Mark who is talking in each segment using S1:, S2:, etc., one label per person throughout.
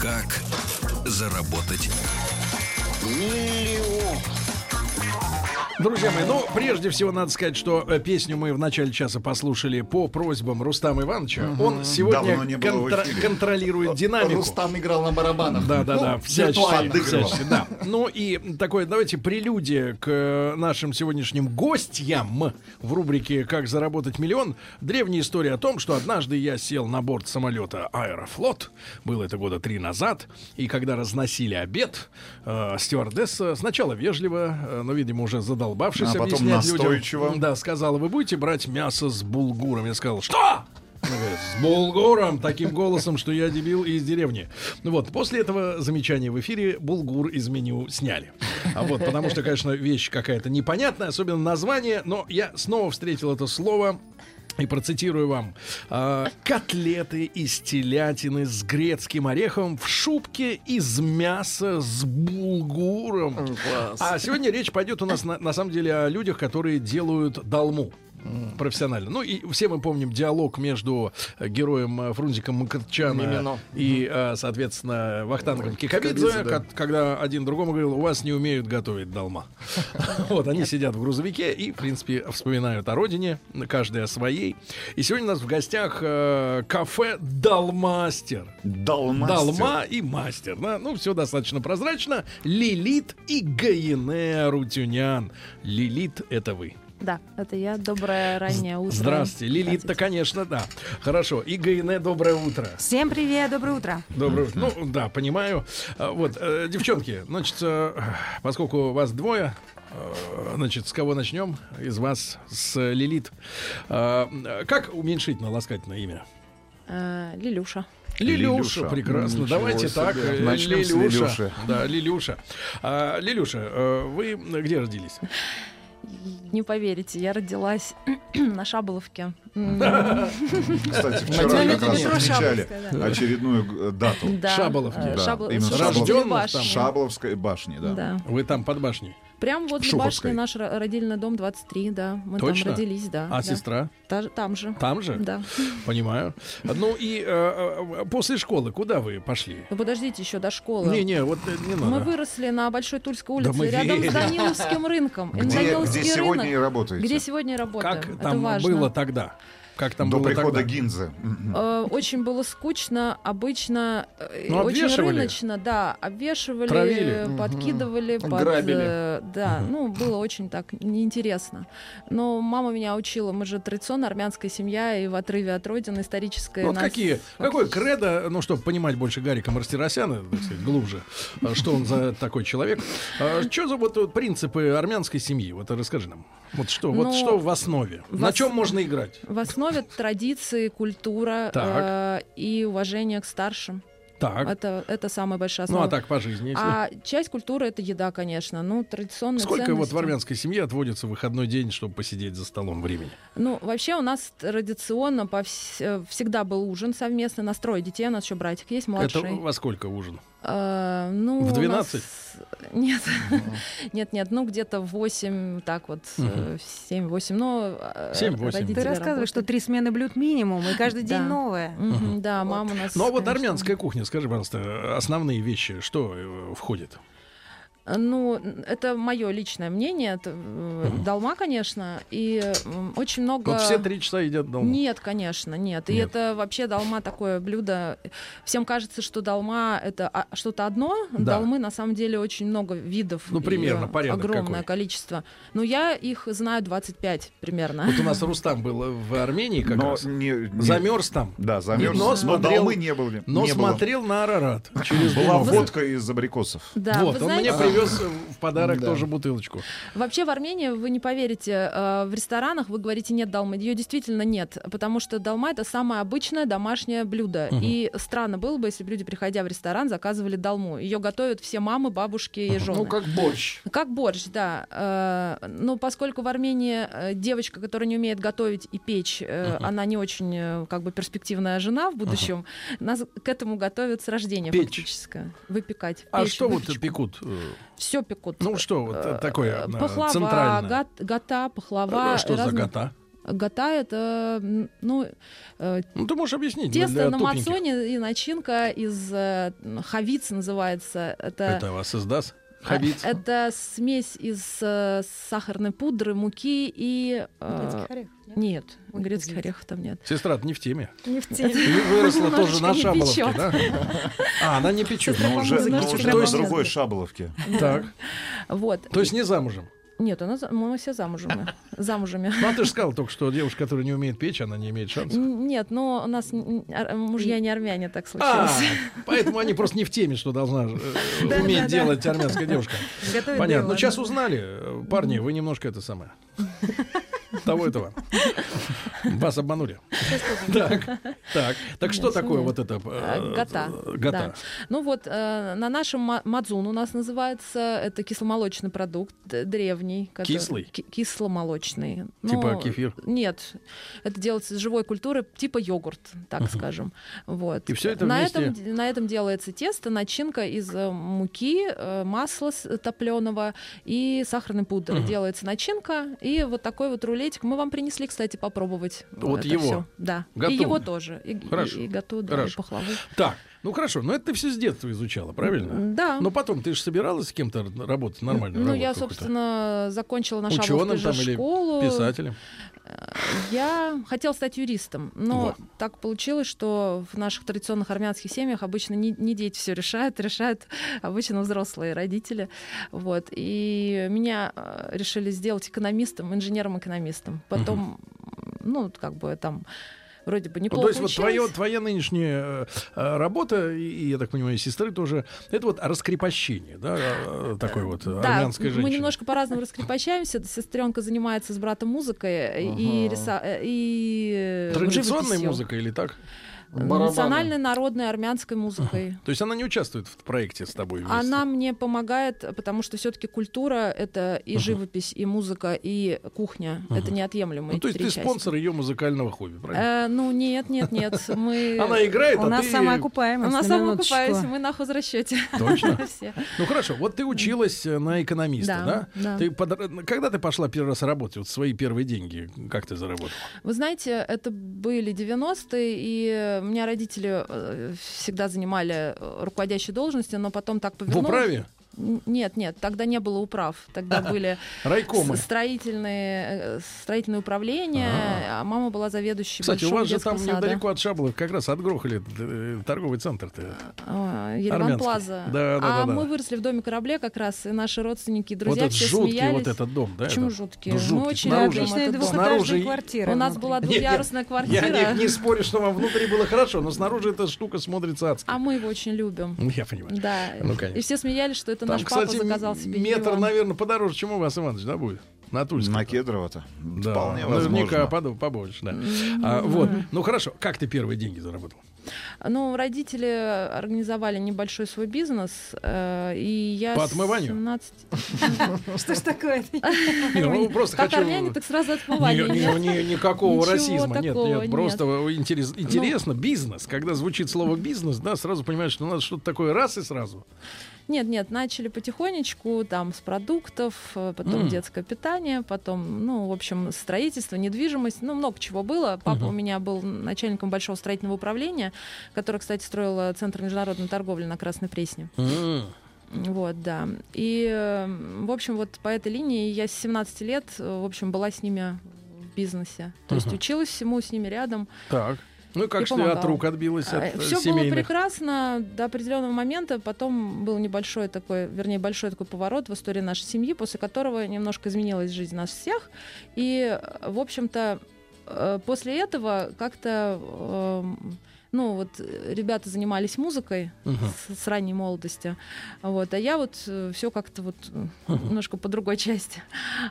S1: Как заработать
S2: Друзья мои, ну, прежде всего надо сказать, что э, песню мы в начале часа послушали по просьбам Рустама Ивановича. Он сегодня
S3: Давно не было в
S2: контра-
S3: эфире. Э,
S2: контролирует динамику.
S3: Рустам играл на барабанах.
S2: Да, да,
S3: Ну,
S2: да, всячески,
S3: виртуально отыгрывал.
S2: всячески, да. Ну и такое, давайте прелюдия к э, нашим сегодняшним гостям в рубрике «Как заработать миллион». Древняя история о том, что однажды я сел на борт самолета «Аэрофлот», было это года три назад, и когда разносили обед, э, стюардесса сначала вежливо, э, но, видимо, уже задолбавшись
S3: А потом
S2: объяснять людям,
S3: настойчиво.
S2: м, да, сказала, вы будете брать мясо с булгуром? Я сказал, что? Она говорит, С булгуром, таким голосом, что я дебил и из деревни. Ну вот, после этого замечания в эфире булгур из меню сняли. А вот, потому что, конечно, вещь какая-то непонятная, особенно название, но я снова встретил это слово и процитирую вам. А, котлеты из телятины с грецким орехом в шубке из мяса с булгуром. А сегодня речь пойдет у нас на, на самом деле о людях, которые делают долму профессионально. Ну и все мы помним диалог между э, героем э, Фрунзиком Мкрчана
S4: Мимино.
S2: и, э, соответственно, Вахтангом
S3: Кикабидзе,
S2: Кикабидзе,
S3: да.
S2: ко- когда один другому говорил, у вас не умеют готовить долма. Вот, они сидят в грузовике и, в принципе, вспоминают о родине, каждый о своей. И сегодня у нас в гостях э, кафе «Долмастер».
S3: Далмастер.
S2: Долма и мастер. Да? Ну, все достаточно прозрачно. Лилит и Гаине Рутюнян. Лилит — это вы.
S4: Да, это я. Доброе раннее утро.
S2: Здравствуйте. Лилит-то, конечно, да. Хорошо. И Гаине, доброе утро.
S5: Всем привет, доброе утро.
S2: Доброе утро. Ну, да, понимаю. А, Вот, э, девчонки, значит, э, поскольку вас двое, э, значит, с кого начнем? Из вас с э, Лилит. А, э, Как уменьшительно ласкательное имя?
S4: Э, Лилюша.
S2: Лилюша,
S3: Лилюша.
S2: прекрасно.
S3: Ничего
S2: Давайте
S3: себе.
S2: так. э,
S3: Начнем с
S2: Лилюша.
S3: Лилюши.
S2: Да, Лилюша. А, Лилюша, э, вы где родились?
S4: Не поверите, я родилась на Шаболовке. М,
S3: Кстати,
S4: На
S3: вчера как
S4: метро
S3: раз
S4: Шаболовская,
S3: отмечали
S4: да.
S3: очередную э, дату.
S4: Да.
S2: Шаболовке.
S4: э,
S3: Да,
S4: Шабо-
S3: именно
S4: Шаболовской
S2: Шаболовке.
S4: башни.
S3: Шабловской башни, да.
S4: Да.
S2: Вы там под башней.
S4: Прям возле
S3: Шуховской.
S4: башни наш ро- родильный дом 23, да. Мы
S2: Точно?
S4: там родились, да.
S2: А
S4: да.
S2: сестра
S4: Та же- Там же.
S2: там же?
S4: Да.
S2: Понимаю. Ну и э, э, после школы куда вы пошли?
S4: Ну подождите, еще до школы.
S2: Не-не, вот э, не
S4: Мы
S2: надо.
S4: выросли на Большой Тульской
S2: Да
S4: улице,
S2: мы
S4: рядом
S2: верим.
S4: с Даниловским рынком. И на
S3: Где,
S4: Даниловский
S3: где сегодня и
S4: рынок, где
S3: работаете?
S4: сегодня работаем.
S2: Как
S4: Это
S2: там
S4: важно.
S2: было тогда? Как там
S3: До
S2: было
S3: прихода
S2: тогда?
S3: Гинзы. Мгм.
S4: Э, Очень было скучно, обычно э,
S2: Ну,
S4: очень
S2: обвешивали?
S4: рыночно, да, обвешивали,
S2: Травили?
S4: э, подкидывали, под,
S3: Грабили.
S4: э, да, ну было очень так неинтересно. Но мама меня учила, мы же традиционно армянская семья и в отрыве от родины историческая.
S2: Ну, вот
S4: нас-
S2: какие, какое кредо, ну, чтобы понимать больше Гарика Мартиросяна, так сказать, глубже, э, что он за такой человек. Что за вот, вот принципы армянской семьи? Вот расскажи нам. Вот что,
S4: Ну,
S2: вот что в основе?
S4: в
S2: На
S4: ос-
S2: чем можно играть?
S4: В основе традиции, культура
S2: Так.
S4: э, и уважение к старшим.
S2: Так,
S4: Это это самая большая
S2: ну,
S4: основа.
S2: а так по жизни. если-
S4: А часть культуры это еда, конечно. Ну, традиционные
S2: Сколько вот в
S4: ценности.
S2: армянской семье отводится выходной день, чтобы посидеть за столом времени?
S4: Ну, вообще у нас традиционно по вс- э, всегда был ужин совместно. Настрой детей, у нас еще братик есть, младший.
S2: Это во сколько ужин?
S4: Э, ну,
S2: в
S4: у нас-
S2: 12?
S4: Нет. Нет, нет, ну где-то в 8, так вот,
S2: Мгм.
S4: э, в 7-8, но... э,
S2: 7-8.
S4: родители
S5: Ты рассказываешь, что
S4: работают.
S5: три смены блюд минимум, и каждый день
S4: Да.
S5: новое.
S4: Мгм, Да, мама у нас...
S2: Ну а вот
S4: конечно.
S2: армянская кухня, скажи, пожалуйста, э, основные вещи, что э, входит?
S4: Ну, это мое личное мнение. Это э, долма, конечно, и м, очень много...
S2: Вот все три часа едят дома.
S4: Нет, конечно, нет. И
S2: Нет.
S4: это вообще долма такое блюдо. Всем кажется, что долма это а, что-то одно.
S2: Да.
S4: Долмы на самом деле очень много видов.
S2: Ну,
S4: и,
S2: примерно,
S4: э,
S2: порядок
S4: Огромное
S2: какой?
S4: количество. Но я их знаю 25 примерно.
S2: Вот у нас Рустам был э, в Армении как
S3: Но
S2: раз.
S3: не- не-
S2: Замерз там.
S3: Да, замерз.
S2: Но
S3: Но,
S2: смотрел-
S3: долмы не было.
S2: Но
S3: не было.
S2: смотрел на Арарат. Через
S3: Была
S2: Дунаф.
S3: водка из абрикосов.
S4: Да,
S2: вот,
S4: вы
S2: он
S4: знаете,
S2: мне привез э, в подарок
S6: Да.
S2: тоже бутылочку.
S4: Вообще в Армении, вы не поверите, э, в ресторанах вы говорите нет долмы. Ее действительно нет, потому что долма это самое обычное домашнее блюдо.
S2: Мгм.
S4: И странно было бы, если бы люди, приходя в ресторан, заказывали долму. Ее готовят все мамы, бабушки и жены.
S6: Ну, как борщ.
S4: Как борщ, да. Э, Но поскольку в Армении э, девочка, которая не умеет готовить и печь, э, она не очень э, как бы перспективная жена в будущем, нас к этому готовят с рождения
S2: Печь.
S4: фактически. Выпекать.
S2: А что вот пекут? э,
S4: Все пекут.
S2: Ну что вот э, такое
S4: Э,
S2: э,
S4: Пахлава,
S2: центральное?
S4: гат- гота, пахлава.
S2: Э, Что за
S4: разные-
S2: гота?
S4: Гота это, м, ну, э,
S2: Ну ты можешь объяснить для-
S4: тесто
S2: для
S4: на
S2: тупеньких.
S4: мацоне и начинка из э, м, хавиц называется.
S2: Это вас издаст? Хавиц.
S4: Э, Это смесь из э, сахарной пудры, муки и... э,
S2: а.
S4: Нет,
S5: Ой,
S4: грецких
S5: извините.
S4: орехов там нет.
S2: Сестра, ты не в теме.
S5: Не в
S2: Ты
S5: теме.
S2: выросла тоже на
S4: Немножечко не
S2: шаболовке,
S4: печёт.
S2: да? А, она не печет.
S5: Сестра
S3: Но уже,
S5: музыке
S3: но
S5: чуть
S3: уже на
S5: добавлю.
S3: другой шаболовке.
S2: Так.
S4: Вот.
S2: То есть не замужем.
S4: Нет, она, за- мы все замужем. Замужами.
S2: Ну, а ты же сказал только, что девушка, которая не умеет печь, она не имеет шансов.
S4: Н- Нет, но у нас н- н- ар- мужья не армяне, так
S2: А,
S4: случилось.
S2: поэтому они просто не в теме, что должна э,
S5: Да,
S2: уметь
S5: да, да.
S2: делать армянская девушка.
S5: Готовит
S2: Понятно. Ну,
S5: дело,
S2: сейчас
S5: да.
S2: узнали. Э, Парни, вы немножко это самое. Того этого. Вас обманули. Так, так. Так что
S4: Нет,
S2: такое
S4: нет.
S2: вот это? э,
S4: Э, Гота.
S2: э,
S4: да.
S2: Гота.
S4: Ну вот, э, на нашем ма- мадзун у нас называется, это кисломолочный продукт, э, древний. который-
S2: Кислый?
S4: ки- Кисломолочный.
S2: Типа
S4: Ну,
S2: кефир.
S4: Нет, это делается из живой культуры, типа йогурт, так скажем. Вот.
S2: И всё это
S4: на
S2: вместе?
S4: этом, де- на этом делается тесто, начинка из э, муки, э, масла топленого и сахарной пудры.
S2: Мгм.
S4: Делается начинка и вот такой вот рулетик. Мы вам принесли, кстати, попробовать.
S2: Вот
S4: это
S2: его?
S4: всё. Да.
S2: Готовый?
S4: И его тоже. И, и-
S2: Хорошо.
S4: и готовы, да, и
S2: Хорошо.
S4: пахлаву.
S2: Так, ну хорошо, но это ты все с детства изучала, правильно?
S4: Да.
S2: Но потом ты же собиралась с кем-то р- работать нормально.
S4: Ну, я, собственно, закончила нашу
S2: Ученым там или
S4: школу.
S2: писателем.
S4: Я хотела стать юристом, но так получилось, что в наших традиционных армянских семьях обычно не, не дети все решают, решают обычно взрослые родители. Вот. И меня э, решили сделать экономистом, инженером-экономистом. Потом, ну, как бы там вроде бы неплохо
S2: Ну, то есть вот твое,
S4: училась.
S2: твоя нынешняя э, э, работа, и, и, я так понимаю, и сестры тоже, это вот раскрепощение, да, э, такой вот э,
S4: Да,
S2: армянской женщины.
S4: мы немножко по-разному раскрепощаемся. Сестренка занимается с братом музыкой и, риса- э, и э,
S2: Традиционной
S4: живописью.
S2: музыкой или так?
S6: Барабаны.
S4: Национальной, народной, армянской музыкой.
S2: То есть она не участвует в проекте с тобой вместе?
S4: Она мне помогает, потому что все-таки культура — это и живопись, и музыка, и кухня. Это неотъемлемые
S2: Ну, то есть
S4: три
S2: ты
S4: части.
S2: спонсор ее музыкального хобби, правильно?
S4: Э, ну, нет, нет, нет. Мы...
S2: Она играет,
S5: У
S2: а
S5: нас
S2: ты...
S4: Э, У
S5: самоокупаемость.
S4: нас
S5: на
S4: сама
S5: минуточку.
S4: купаюсь, мы на хозрасчете.
S2: Точно?
S4: Все.
S2: Ну хорошо, вот ты училась э, на экономиста, да?
S4: Да, да.
S2: Ты под- э, Когда ты пошла первый раз работать, вот свои первые деньги, как ты заработала?
S4: Вы знаете, это были 90-е, и у меня родители э, всегда занимали э, руководящие должности, но потом так
S2: В
S4: повернулось.
S2: управе?
S4: Н- Нет, нет, тогда не было управ. Тогда были
S2: Райкомы.
S4: с- строительные, э, строительные управления,
S2: Ага.
S4: а мама была заведующей
S2: Кстати, у
S4: большого
S2: вас же
S4: детского
S2: там
S4: сада.
S2: недалеко от Шаблов как раз отгрохали э, торговый центр-то.
S4: А, Ереван
S2: Армянский.
S4: Плаза.
S2: Да, да, да,
S4: а
S2: да.
S4: мы выросли в доме корабле как раз, и наши родственники и
S2: Вот
S4: друзья
S2: этот
S4: все
S2: жуткий
S4: смеялись.
S2: вот этот дом, да?
S4: Почему
S2: этот?
S4: жуткие?
S2: Ну, жуткий.
S4: Мы очень
S2: Снаружи.
S4: любим
S5: Отличная
S4: этот дом.
S2: двухэтажная Снаружи
S5: двухэтажная
S2: и-
S5: квартира.
S4: У нас
S5: внутри.
S4: была
S2: Нет, я-
S4: двухъярусная
S2: Я
S4: квартира,
S2: не, не спорю, что вам внутри было хорошо, но снаружи эта штука смотрится адски.
S4: а мы его очень любим.
S2: Ну, Я понимаю.
S4: Да.
S2: Ну, конечно.
S4: и все смеялись, что это
S2: Там,
S4: наш
S2: кстати,
S4: папа заказал себе
S2: метр,
S4: диван.
S2: наверное, подороже, чем у вас, Иванович, да, будет? На Тульском.
S3: На Кедрово-то.
S2: Да,
S3: Вполне
S2: наверняка
S3: возможно.
S2: подо- побольше, да. А, вот. Ну хорошо, как ты первые деньги заработал?
S4: Ну, родители организовали небольшой свой бизнес, э, и я...
S2: По
S4: с
S2: отмыванию?
S4: 17
S5: Что ж такое?
S2: Ну, просто
S4: Как
S2: хочу-
S4: армяне, так сразу
S2: Не-
S4: отмывание.
S2: не- не- никакого
S4: Ничего
S2: расизма. Нет,
S4: такого
S2: нет,
S4: нет. Ну.
S2: просто интерес- интересно, бизнес. Когда звучит слово бизнес, да, сразу понимаешь, что надо что-то такое раз и сразу.
S4: Нет, нет, начали потихонечку, там, с продуктов, э, потом
S2: М.
S4: детское питание, потом, ну, в общем, строительство, недвижимость, ну, много чего было. Папа
S2: Мгм.
S4: у меня был начальником большого строительного управления, который, кстати, строил э, Центр международной торговли на Красной Пресне. Вот, да. И, э, в общем, вот по этой линии я с 17 лет, э, в общем, была с ними в бизнесе. То есть
S2: Мгм.
S4: училась всему с ними рядом.
S2: Так. Ну и как
S4: И
S2: что от
S4: помогала.
S2: рук отбилась от э,
S4: Все было
S2: семейных.
S4: прекрасно до определенного момента. Потом был небольшой такой, вернее, большой такой поворот в истории нашей семьи, после которого немножко изменилась жизнь нас всех. И, э, в общем-то, э, после этого как-то, эм, ну вот э, ребята занимались музыкой
S2: Мгм.
S4: с, с ранней молодости, вот, а я вот все как-то вот э, немножко по другой части.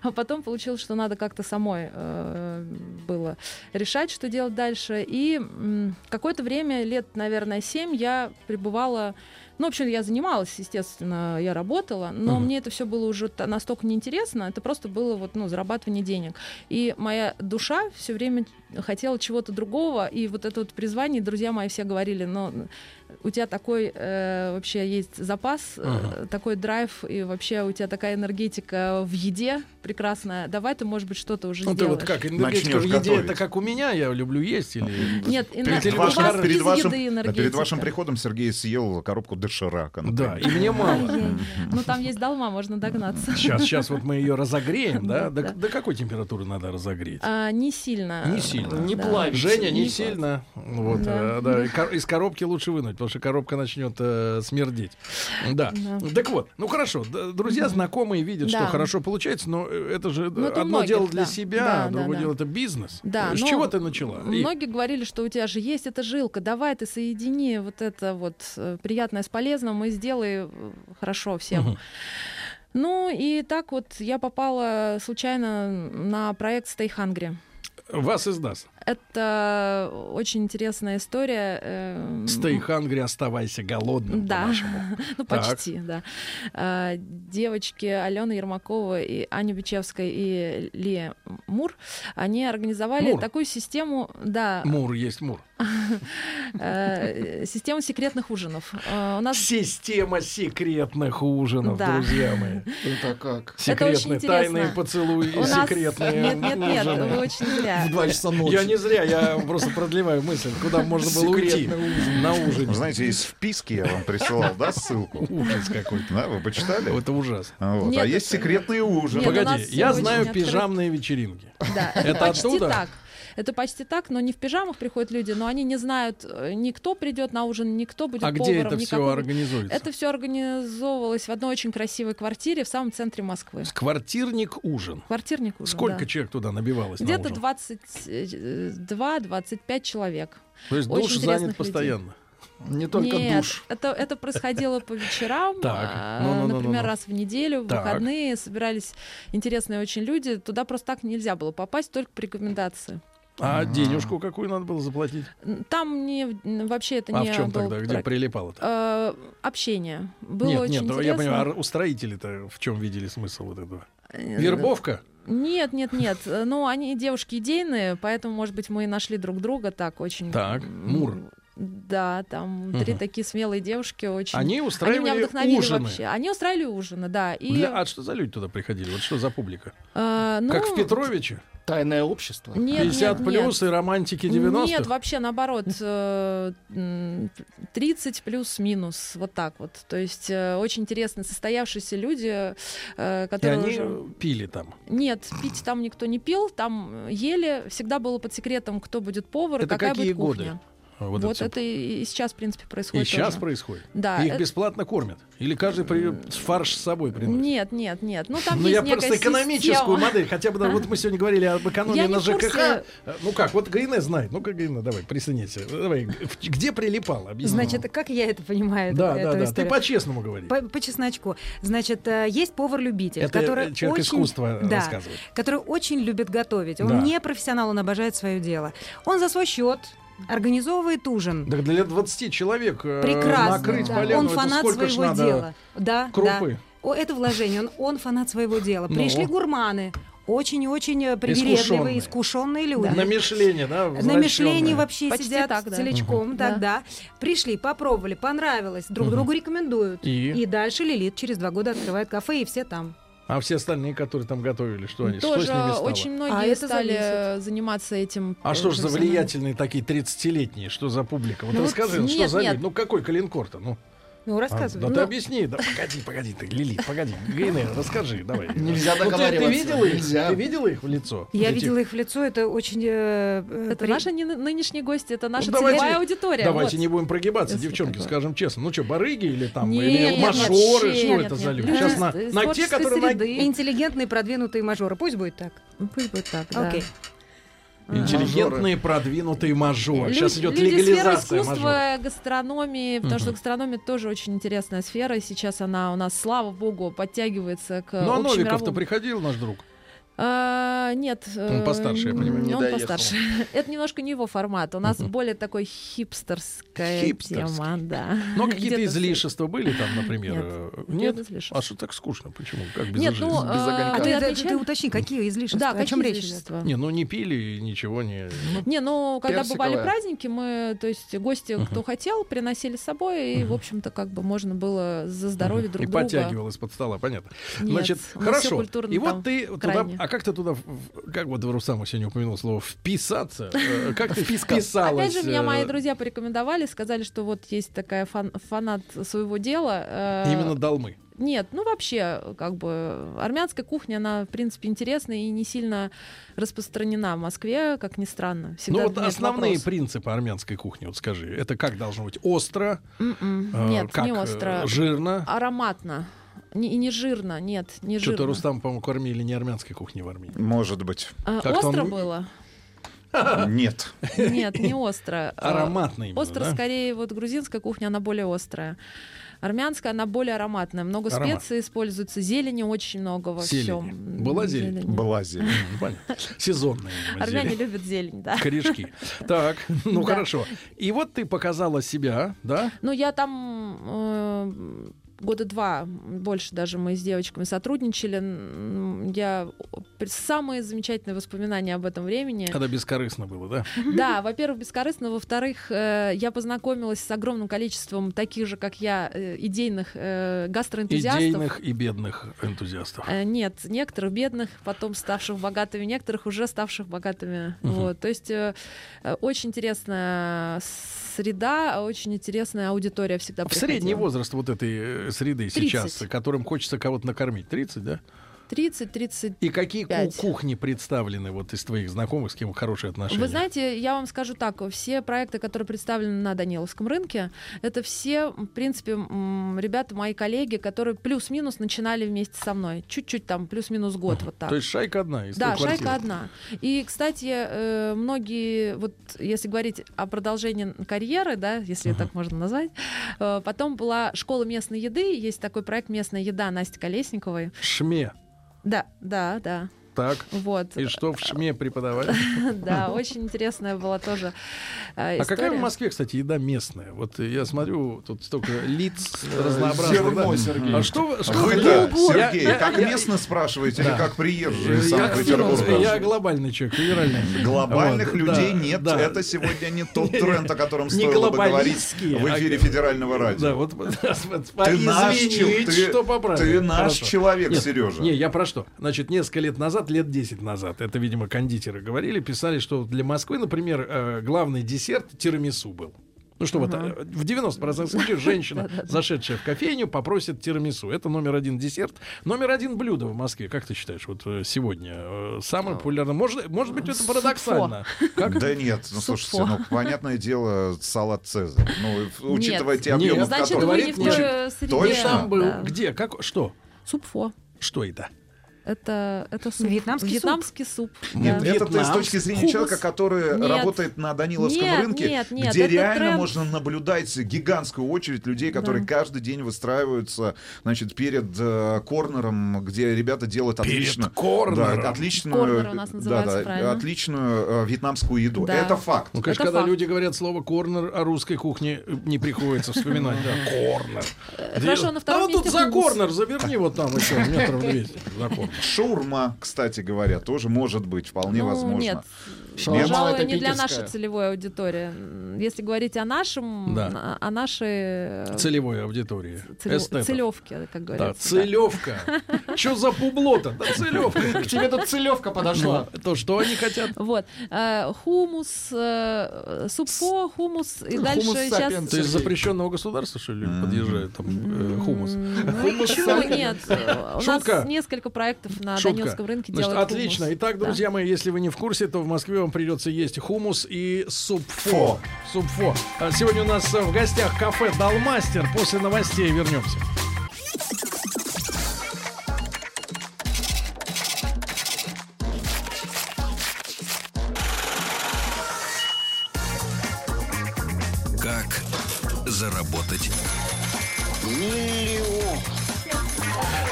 S4: А потом получилось, что надо как-то самой э, было решать, что делать дальше. И м, какое-то время, лет, наверное, 7, я пребывала... Ну, в общем, я занималась, естественно, я работала, но
S2: Мгм.
S4: мне это все было уже та- настолько неинтересно, это просто было вот, ну, зарабатывание денег. И моя душа все время хотела чего-то другого, и вот это вот призвание, друзья мои все говорили, но у тебя такой э, вообще есть запас, э,
S2: Ага.
S4: такой драйв, и вообще у тебя такая энергетика в еде прекрасная, давай ты, может быть, что-то уже
S2: Ну, ты
S4: сделаешь.
S2: вот как энергетика в
S3: Начнёшь
S2: еде,
S3: готовить.
S2: это как у меня, я люблю есть или...
S4: Нет,
S2: Перед
S4: ина- у
S2: вашим- а
S4: вас
S2: перед
S4: без
S3: вашим-
S4: еды
S3: Да, перед
S4: энергетика.
S3: вашим приходом Сергей съел коробку доширака.
S2: Да, и
S3: например.
S2: мне мало.
S4: Ай-яй. Ну, там есть долма, можно догнаться.
S2: Сейчас, сейчас вот мы ее разогреем, да?
S4: Да,
S2: До,
S4: да.
S2: до какой температура надо разогреть?
S4: А, не сильно.
S2: Не сильно.
S6: Не
S4: Да.
S6: плавить.
S2: Женя, не
S4: Не
S2: сильно. Вот,
S4: Да.
S2: э, да, и кор- Из коробки лучше вынуть, потому что коробка начнет э, смердеть. Да.
S4: Да.
S2: Так вот, ну хорошо, д- друзья, знакомые видят, что
S4: Да.
S2: хорошо получается, но э, это же
S4: Ну,
S2: одно
S4: это у многих,
S2: дело для
S4: да.
S2: себя,
S4: Да,
S2: а
S4: да,
S2: другое
S4: да.
S2: дело это бизнес. Э,
S4: Да,
S2: С
S4: но
S2: чего ты начала? И-
S4: Многие говорили, что у тебя же есть эта жилка, давай ты соедини вот это вот э, приятное с полезным и сделай э, хорошо всем.
S2: Мгм.
S4: Ну и так вот я попала случайно на проект Stay Hungry.
S2: Вас из нас.
S4: Это очень интересная история. э,
S2: Stay hungry, оставайся голодным.
S4: Да,
S2: по-нашему.
S4: ну
S2: Так.
S4: почти, да. А, Девочки Алена Ермакова и Аня Бичевская и Лия Мур, они организовали
S2: Мур.
S4: такую систему, да,
S2: Мур есть мур.
S4: э, систему секретных ужинов. Э, У нас
S2: Система секретных ужинов,
S4: Да.
S2: друзья мои.
S6: Это как?
S2: Секретные
S4: интересно.
S2: тайные поцелуи
S4: у
S2: и
S4: нас
S2: секретные
S4: нет, нет, нет,
S2: ужины.
S4: вы очень зря.
S6: В 2 часа ночи.
S2: Я не зря, я просто продлеваю мысль, куда можно было уйти
S6: Секретный ужин.
S2: на ужин.
S3: Вы знаете, из вписки я вам присылал, да, ссылку?
S2: Ужас какой-то.
S3: Да, вы почитали?
S2: Это ужас.
S3: Вот.
S4: Нет,
S3: а есть
S4: это-
S3: секретные ужины.
S4: Нет, у
S2: Погоди,
S4: ну нас
S2: я
S4: очень
S2: знаю
S4: открыт.
S2: пижамные вечеринки.
S4: Да, это,
S2: Это
S4: почти
S2: оттуда?
S4: так. Это почти так, но не в пижамах приходят люди, но они не знают, э, никто придет на ужин, никто будет
S2: А где
S4: поваром,
S2: это все
S4: никакого-
S2: организуется?
S4: Это все организовывалось в одной очень красивой квартире в самом центре Москвы.
S2: Квартирник ужин.
S4: Квартирник ужин,
S2: Сколько
S4: да.
S2: человек туда набивалось? на
S4: Где-то
S2: ужин?
S4: 22-25 человек.
S2: То есть
S4: очень
S2: душ
S4: интересных
S2: занят
S4: людей.
S2: постоянно.
S6: Не только
S4: Нет,
S6: душ.
S4: Это, это происходило по вечерам,
S2: Так,
S4: а,
S2: ну-ну-ну-ну-ну.
S4: например, раз в неделю, в
S2: Так.
S4: выходные собирались интересные очень люди. Туда просто так нельзя было попасть, только по рекомендации.
S2: А денежку какую надо было заплатить?
S4: Н- Там не, н- вообще это
S2: А
S4: не
S2: в чем
S4: был
S2: тогда? Где
S4: проект.
S2: прилипало-то?
S4: Э, Общение. Было
S2: нет,
S4: очень
S2: нет,
S4: интересно.
S2: я понимаю, а устроители-то в чем видели смысл вот этого?
S4: Э,
S2: Вербовка?
S4: Нет, нет, нет. Э, Ну, они девушки идейные, поэтому, может быть, мы и нашли друг друга так очень.
S2: Так,
S4: м,
S2: Мур.
S4: Да, там три
S2: Мгм.
S4: такие смелые девушки очень.
S2: Они
S4: Они меня
S2: устраивали
S4: вдохновили
S2: ужины.
S4: вообще. Они устраивали ужины, да. И,
S2: Для- а что за люди туда приходили? Вот что за публика?
S4: э, ну,
S2: как в Петровиче?
S6: Тайное общество.
S4: Нет,
S2: 50
S4: нет,
S2: плюс и романтики
S4: нет.
S2: 90-х?
S4: Нет, вообще наоборот, э, м, 30 плюс-минус, вот так вот. То есть э, очень интересно, состоявшиеся люди, э,
S2: и
S4: которые
S2: они
S4: уже-
S2: пили там.
S4: Нет, пить там никто не пил, там ели, всегда было под секретом, кто будет повар и
S2: Это
S4: какая
S2: какие
S4: будет
S2: годы?
S4: кухня.
S2: Вот,
S4: Вот,
S2: это всё.
S4: это и, и сейчас, в принципе, происходит.
S2: И сейчас
S4: тоже.
S2: происходит.
S4: Да.
S2: И их
S4: э,
S2: бесплатно кормят. Или каждый при- фарш с собой приносит.
S4: Нет, нет, нет. Ну там
S2: Ну,
S4: есть
S2: я
S4: некая
S2: просто экономическую
S4: система.
S2: модель, хотя бы, да, вот мы сегодня говорили об экономии
S4: Я не
S2: на
S4: в курсе.
S2: ЖКХ. Э, Ну как, вот Гайне знает. Ну-ка, Гайне, давай, присоединяйся. Давай, в- где прилипал? Объясни.
S5: Значит, как я это понимаю? эту-
S2: да,
S5: эту
S2: да, да, ты
S5: историю?
S2: по-честному говори.
S5: По, по чесночку. Значит, э, есть повар-любитель,
S2: Это
S5: который
S2: э, человек
S5: очень...
S2: искусства
S5: да,
S2: рассказывает.
S5: который очень любит готовить. Он
S2: Да.
S5: не профессионал, он обожает свое дело. Он за свой счет организовывает ужин.
S2: Так для 20 человек э,
S5: Прекрасно.
S2: накрыть
S5: да.
S2: поляну,
S5: Он
S2: это
S5: фанат
S2: сколько ж
S5: своего
S2: надо
S5: дела. Да, да.
S2: Крупы.
S5: О, это вложение. Он, он фанат своего дела.
S2: Ну.
S5: Пришли гурманы. Очень-очень э, привередливые,
S2: Искушенные.
S5: искушенные люди.
S2: На мишлене, да?
S5: На Мишлене
S2: возвращенное.
S5: вообще
S4: Почти
S5: сидят
S4: так, да.
S5: целичком
S4: Мгм.
S5: тогда. Пришли, попробовали, понравилось, друг
S2: Мгм.
S5: другу рекомендуют.
S2: И?
S5: И дальше Лилит через два года открывает кафе, и все там.
S2: А все остальные, которые там готовили, а что они?
S4: Тоже
S2: что с ними стало?
S4: очень многие
S5: А это
S4: стали
S5: зависит.
S4: заниматься этим.
S2: А
S4: э,
S2: что ж за
S4: профессионально.
S2: влиятельные такие 30-летние? Что за публика? Вот
S4: Ну вот
S2: расскажи, ну что
S4: нет,
S2: за
S4: нет.
S2: люди? Ну какой калинкор-то? Ну,
S5: Ну,
S2: а,
S5: рассказывай.
S2: да
S5: Ну,
S2: ты объясни. Да, погоди, погоди ты, Лили, погоди. Гейне, расскажи, давай.
S6: Нельзя
S2: Ну, ты- ты,
S6: договариваться.
S2: видела их?
S6: Нельзя.
S2: Ты видела их в лицо?
S5: Я
S2: Этих?
S5: видела их в лицо, это очень... э,
S4: Это наши ни- нынешние гости, это наша
S2: Ну, давайте-
S4: целевая аудитория.
S2: Давайте
S4: вот.
S2: не будем прогибаться,
S4: Если
S2: девчонки,
S4: такое.
S2: скажем честно. Ну что, барыги или там,
S4: Нет,
S2: или
S4: нет,
S2: машоры,
S4: вообще
S2: что
S4: нет,
S2: это
S4: нет,
S2: за люди?
S4: нет.
S2: Сейчас на,
S4: Из
S2: на те,
S4: творческой
S2: которые на-
S4: среды.
S5: Интеллигентные, продвинутые мажоры. Пусть будет так.
S4: Пусть будет так, да.
S5: Окей.
S2: Интеллигентные, продвинутые мажоры.
S4: Лю-
S2: Сейчас идет
S4: люди сферы
S2: легализация
S4: искусства,
S2: мажоров.
S4: гастрономии, потому что
S2: Мгм.
S4: гастрономия тоже очень интересная сфера, и сейчас она у нас, слава богу, подтягивается к
S2: Ну а Новиков-то
S4: общемировому.
S2: приходил, наш друг.
S4: А, нет.
S2: Он постарше, я
S4: э,
S2: понимаю.
S6: Не
S4: Он
S6: доехал.
S4: постарше. Это немножко не его формат. У нас
S2: Мгм.
S4: более такой хипстерская
S3: Хипстерский.
S4: тема, да.
S2: Но Ну, а какие-то
S4: Где-то-
S2: излишества были там, например?
S4: Нет.
S2: э,
S4: Нет,
S2: Нет?
S4: излишеств.
S2: А что так скучно? Почему? Как без
S4: Нет,
S2: излишеств?
S4: ну,
S6: Без огонька.
S4: а
S5: А
S4: ты
S5: ты, ты- ты
S4: отмечаешь?
S5: уточни, какие излишества?
S4: Да,
S5: о чем
S4: какие
S5: речь идет?
S4: излишества?
S2: Не, ну не пили и ничего не. ну,
S4: Не, ну, когда бывали
S6: персиковая.
S4: праздники, мы, то есть, гости, кто хотел, приносили с собой, и, в общем-то, как бы можно было за здоровье друг
S2: и
S4: друга.
S2: подтягивал из-под стола, понятно.
S4: Нет,
S2: Значит,
S4: у нас всё
S2: хорошо.
S4: культурно
S2: И вот
S4: там
S2: ты туда,
S4: крайне.
S2: а как ты туда, в- в- как вот Рустам сегодня упомянул слово вписаться, Э, как ты вписалась?
S4: Опять же, меня мои
S2: э,
S4: друзья порекомендовали, сказали, что вот есть такая фан- фанат своего дела. э,
S2: Именно долмы.
S4: Нет, ну вообще, как бы, армянская кухня, она, в принципе, интересна и не сильно распространена в Москве, как ни странно. Всегда
S2: ну вот
S4: нет
S2: основные
S4: вопросов.
S2: принципы армянской кухни, вот скажи, это как должно быть остро,
S4: М-м,
S2: э,
S4: Нет,
S2: как
S4: не
S2: э,
S4: остро.
S2: жирно.
S4: Ароматно. Не, и не жирно, нет, не
S2: Что-то
S4: жирно.
S2: Рустам, по-моему, кормили не армянской кухни в Армении.
S3: Может быть.
S4: А,
S2: Как-то
S4: остро
S2: он-
S4: было?
S3: Нет.
S4: Нет, не остро. А,
S2: Ароматно именно,
S4: Остро,
S2: да?
S4: скорее, вот грузинская кухня, она более острая. Армянская, она более ароматная. Много
S2: Аромат.
S4: специй используется, зелени очень много во
S2: Зелени.
S4: всем.
S2: Была зелень?
S3: Была зелень.
S2: Ну, понятно. Сезонные. видимо, зелень.
S4: Армяне любят зелень, да.
S2: Корешки. Так, ну
S4: Да.
S2: хорошо. И вот ты показала себя, да?
S4: Ну, я там э, года два больше даже мы с девочками сотрудничали. М, Я самые замечательные воспоминания об этом времени.
S2: Когда бескорыстно было, да?
S4: Да, во-первых, бескорыстно, во-вторых, э, я познакомилась с огромным количеством таких же, как я, э, идейных э, гастроэнтузиастов.
S2: Идейных и бедных энтузиастов.
S4: Э, Нет, некоторых бедных, потом ставших богатыми, некоторых уже ставших богатыми.
S2: Мгм.
S4: Вот. То есть э, э, очень интересная среда, очень интересная аудитория всегда
S2: А В
S4: приходила.
S2: средний возраст вот этой э, среды
S4: 30.
S2: сейчас, которым хочется кого-то накормить, 30, да?
S4: 30-30.
S2: И какие ку-
S4: Пять.
S2: кухни представлены вот из твоих знакомых, с кем хорошие отношения?
S4: Вы знаете, я вам скажу так, все проекты, которые представлены на Даниловском рынке, это все, в принципе, м, ребята, мои коллеги, которые плюс-минус начинали вместе со мной. Чуть-чуть там, плюс-минус год, вот так.
S2: То есть шайка одна из
S4: Да,
S2: той квартиры.
S4: шайка одна. И, кстати, э, многие, вот если говорить о продолжении карьеры, да, если так можно назвать, э, потом была школа местной еды, есть такой проект «Местная еда» Насти Колесниковой.
S2: Шме.
S4: Да, да, да,
S2: Так.
S4: вот.
S2: И что в
S3: э,
S2: шме преподавать?
S4: Да, очень интересная была тоже э,
S2: А какая в
S4: история.
S2: Москве, кстати, еда местная? Вот э, я смотрю, тут столько лиц
S6: Э,
S2: разнообразных.
S6: зерно,
S2: да?
S6: Сергей.
S2: А что, что
S3: Вы,
S2: вы-
S3: да,
S2: Я-
S3: Сергей,
S2: я-
S3: как
S2: я-
S3: местно спрашиваете
S2: Да.
S3: или как приезжий из
S2: я-
S3: Санкт-Петербурга?
S2: Я глобальный человек, федеральный.
S3: Глобальных
S2: Вот,
S3: людей
S2: да,
S3: нет.
S2: да.
S3: Это сегодня не тот тренд, о котором
S2: Не
S3: стоило бы говорить
S2: глобалистские,
S3: в
S2: а-
S3: эфире федерального
S2: Да,
S3: радио.
S2: вот, вот, вот,
S3: Ты наш
S2: извини,
S3: чел- ты-
S2: что поправил.
S3: ты наш
S2: Хорошо.
S3: человек,
S2: Нет,
S3: Сережа.
S2: Не, я про что? Значит, несколько лет назад, лет 10 назад, это, видимо, кондитеры говорили, писали, что для Москвы, например, э, главный десерт тирамису был. Ну что, вот э, в 90% случаев женщина, зашедшая в кофейню, попросит тирамису. Это номер один десерт. Номер один блюдо в Москве, как ты считаешь, вот э, сегодня э,
S3: А.
S2: самое популярное? Может, может быть, это
S4: Суфло.
S2: парадоксально. Как?
S3: Да нет, ну
S4: Суфло.
S3: слушайте, ну понятное дело, салат Цезарь. Ну, в- учитывая те
S4: Нет,
S3: объемы,
S2: нет.
S3: в
S4: Значит,
S3: которых-
S4: вы
S2: Говорит,
S4: не в
S2: нет.
S4: той э, среде.
S3: Точно?
S2: Ты там был.
S4: Да.
S2: Где? Как? Что?
S4: Супфо.
S2: Что это?
S4: Это, это суп.
S5: Вьетнамский суп.
S4: Вьетнамский суп.
S2: Нет,
S4: да.
S2: нет,
S3: Это ты с точки зрения
S4: Хумус.
S3: человека, который
S4: Нет.
S3: работает на Даниловском
S4: Нет,
S3: рынке,
S4: нет, нет,
S3: где
S4: это
S3: реально
S4: тренд.
S3: можно наблюдать гигантскую очередь людей, которые
S4: Да.
S3: каждый день выстраиваются, значит, перед э, корнером, где ребята делают отлично,
S2: корнером.
S3: да, отличную,
S4: Корнер у нас называется,
S3: да, да,
S4: правильно.
S3: отличную э, вьетнамскую еду.
S4: Да.
S3: Это факт.
S2: Ну, конечно,
S4: Это
S2: когда
S4: факт.
S2: люди говорят слово корнер о русской кухне, э, не приходится вспоминать. да. Корнер.
S4: Э, Хорошо, на
S2: Да
S4: втором
S2: вот тут
S4: месте
S2: за
S4: хумус.
S2: корнер заверни вот там еще метров 200. За корнер.
S3: Шаурма, кстати говоря, тоже может быть вполне
S4: Ну,
S3: возможно.
S4: Нет,
S6: Шаурма
S4: пожалуй,
S6: это
S4: не для
S6: питерская.
S4: нашей целевой аудитории. М, Если говорить о нашем,
S2: Да.
S4: на- о нашей э,
S2: Целевой аудитории.
S4: целё-
S2: Эстетов.
S4: целевке, как
S2: Да,
S4: говорится. да.
S2: целевка. Че за публота? Да целевка. Ну,
S6: К тебе тут целевка подошла.
S2: То, что они хотят.
S4: Вот. Э, Хумус, э, супфо, хумус, и
S6: Хумус
S4: дальше
S6: сапиенс.
S4: сейчас...
S2: То есть
S6: Сергей.
S2: запрещенного государства, что ли, подъезжает там э, хумус?
S6: Хумус
S4: Ничего
S6: сапиенс.
S4: Ну, нет. У
S2: Шутка.
S4: нас несколько проектов на
S2: Шутка.
S4: Даниловском рынке
S2: Значит,
S4: делают
S2: Отлично.
S4: хумус.
S2: Итак,
S4: Да.
S2: друзья мои, если вы не в курсе, то в Москве вам придется есть хумус и супфо.
S3: Фо.
S2: Супфо. А Сегодня у нас э, в гостях кафе «Далмастер». После новостей вернемся.
S1: заработать.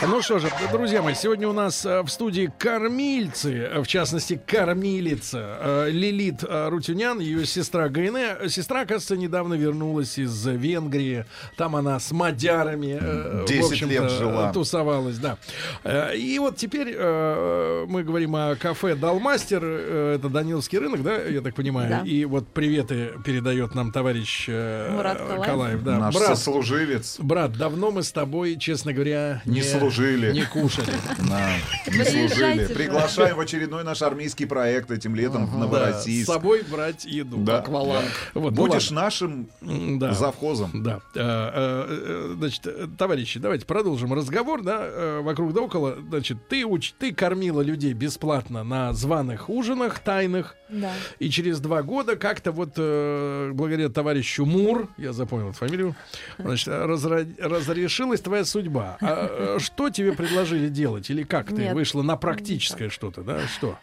S2: Ну что же, друзья мои, сегодня у нас э, в студии кормильцы, э, в частности, кормилица э, Лилит э, Рутюнян, ее сестра Гайне. Сестра, кажется, недавно вернулась из Венгрии. Там она с мадярами э, в
S3: 10
S2: общем-то,
S3: лет жила.
S2: тусовалась, да. Э, И вот теперь э, мы говорим о кафе Далмастер, э, это Даниловский рынок, да, я так понимаю.
S4: Да.
S2: И вот приветы передает нам товарищ э,
S4: Мурат Калаев.
S2: да.
S3: Наш
S2: Брат,
S3: сослуживец.
S2: Брат, давно мы с тобой, честно говоря,
S3: Не служили.
S2: Не кушали.
S3: Да, не
S4: Приезжайте,
S3: служили.
S4: брат.
S3: Приглашаем в очередной наш армейский проект этим летом в
S2: Да, с
S3: Новороссийск.
S2: собой брать еду.
S3: Да.
S2: Вот, ну
S3: Будешь
S2: ладно.
S3: нашим
S2: М, да.
S3: завхозом.
S2: Да. Э, э, э, Значит, э, товарищи, давайте продолжим разговор, да, э, вокруг да около. Значит, ты уч, ты кормила людей бесплатно на званых ужинах тайных,
S4: Да.
S2: и через два года как-то вот э, благодаря товарищу Мур, я запомнил эту фамилию, значит, разра- разрешилась твоя судьба. А, э, что тебе предложили делать или как ты
S4: Нет.
S2: вышла на практическое что-то, да? Что?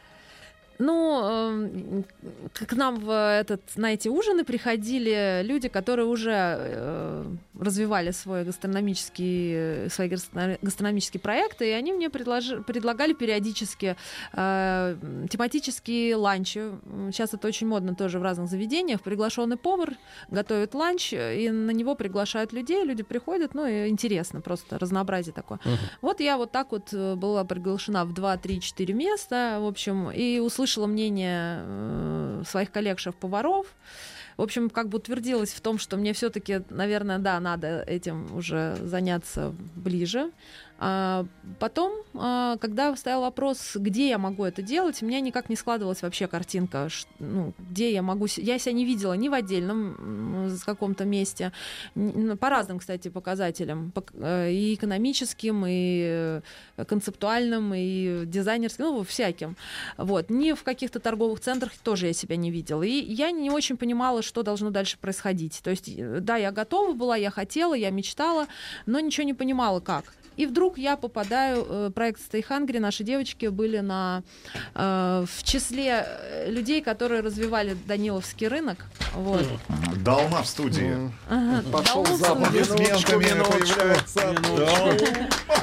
S4: Ну, эм, к к нам в этот, на эти ужины приходили люди, которые уже э, развивали свой гастрономический, э, свои гастро- гастрономические проекты, и они мне предложи- предлагали периодически э, м, тематические ланчи. М, Сейчас это очень модно тоже в разных заведениях. Приглашенный повар готовит ланч, э, и на него приглашают людей, люди приходят, ну, и интересно, просто разнообразие такое. Вот я вот так вот э, была приглашена в 2-3-4 места, в общем, и услышала мнение э, своих коллег-шеф-поваров. В общем, как бы утвердилась в том, что мне все-таки, наверное, да, надо этим уже заняться ближе. А потом, а, когда стоял вопрос, где я могу это делать, у меня никак не складывалась вообще картинка, ш- ну, где я могу... с- Я себя не видела ни в отдельном м, с каком-то месте, н- ну, по разным, кстати, показателям, по к- э, и экономическим, и э, концептуальным, и дизайнерским, ну, всяким. Вот. Ни в каких-то торговых центрах тоже я себя не видела. И я не очень понимала, что должно дальше происходить. То есть, э, да, я готова была, я хотела, я мечтала, но ничего не понимала, как. И вдруг я попадаю, э, проект Stay Hungry, наши девочки были на, э, в числе э, людей, которые развивали Даниловский рынок. Вот.
S3: Долма в студии.
S4: Ага,
S6: Пошел
S4: Даул
S6: запах.
S4: студия.
S3: Аплодисментами
S2: Ну, минуточку,
S3: появляется.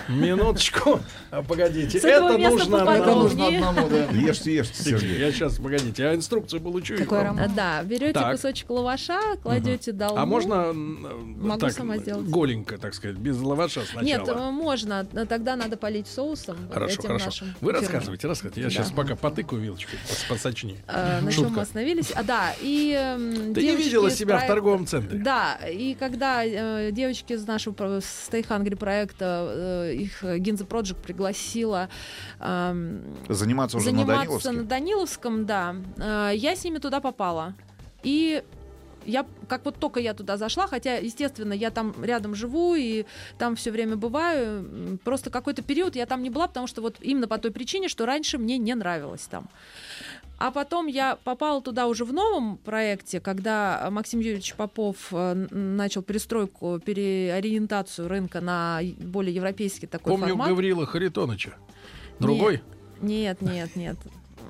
S2: Минуточку. А, Погодите,
S4: С этого
S2: это
S4: места
S2: нужно
S4: попадал.
S6: Это
S2: одному.
S6: нужно одному, да.
S3: Ешьте, ешьте, Сергей.
S2: Я сейчас, погодите, я инструкцию получу.
S5: Такой
S2: и вам.
S5: аромат.
S4: А, Да, берете
S2: Так.
S4: кусочек лаваша, кладете долму.
S2: А можно м,
S4: Могу
S2: так,
S4: сама сделать.
S2: голенько, так сказать, без лаваша сначала?
S4: Нет, э, можно. но Тогда надо полить соусом. вот
S2: Хорошо,
S4: этим
S2: хорошо.
S4: нашим
S2: Вы
S4: фирменным.
S2: рассказывайте, рассказывайте. Я
S4: Да.
S2: сейчас пока потыкаю вилочкой, пос- посочнее.
S4: Э, На чем
S2: Шутка.
S4: мы остановились? А, да, и... эм,
S2: Ты не
S4: девочки
S2: видела
S4: из
S2: себя в
S4: проекта-
S2: торговом центре.
S4: Да, и когда э, девочки из нашего про- Stay Hungry проекта, э, их э, Ginza Project пригласила эм,
S3: Заниматься уже на
S4: заниматься
S3: Даниловске.
S4: на Даниловском, да. Э, Я с ними туда попала. И я, как вот только я туда зашла, хотя, естественно, я там рядом живу и там все время бываю, м, просто какой-то период я там не была, потому что вот именно по той причине, что раньше мне не нравилось там. А потом я попала туда уже в новом проекте, когда Максим Юрьевич Попов э, н- начал перестройку, переориентацию рынка на е- более европейский такой
S2: Помню
S4: формат.
S2: Гаврила Харитоновича. Другой?
S4: Нет, нет, нет.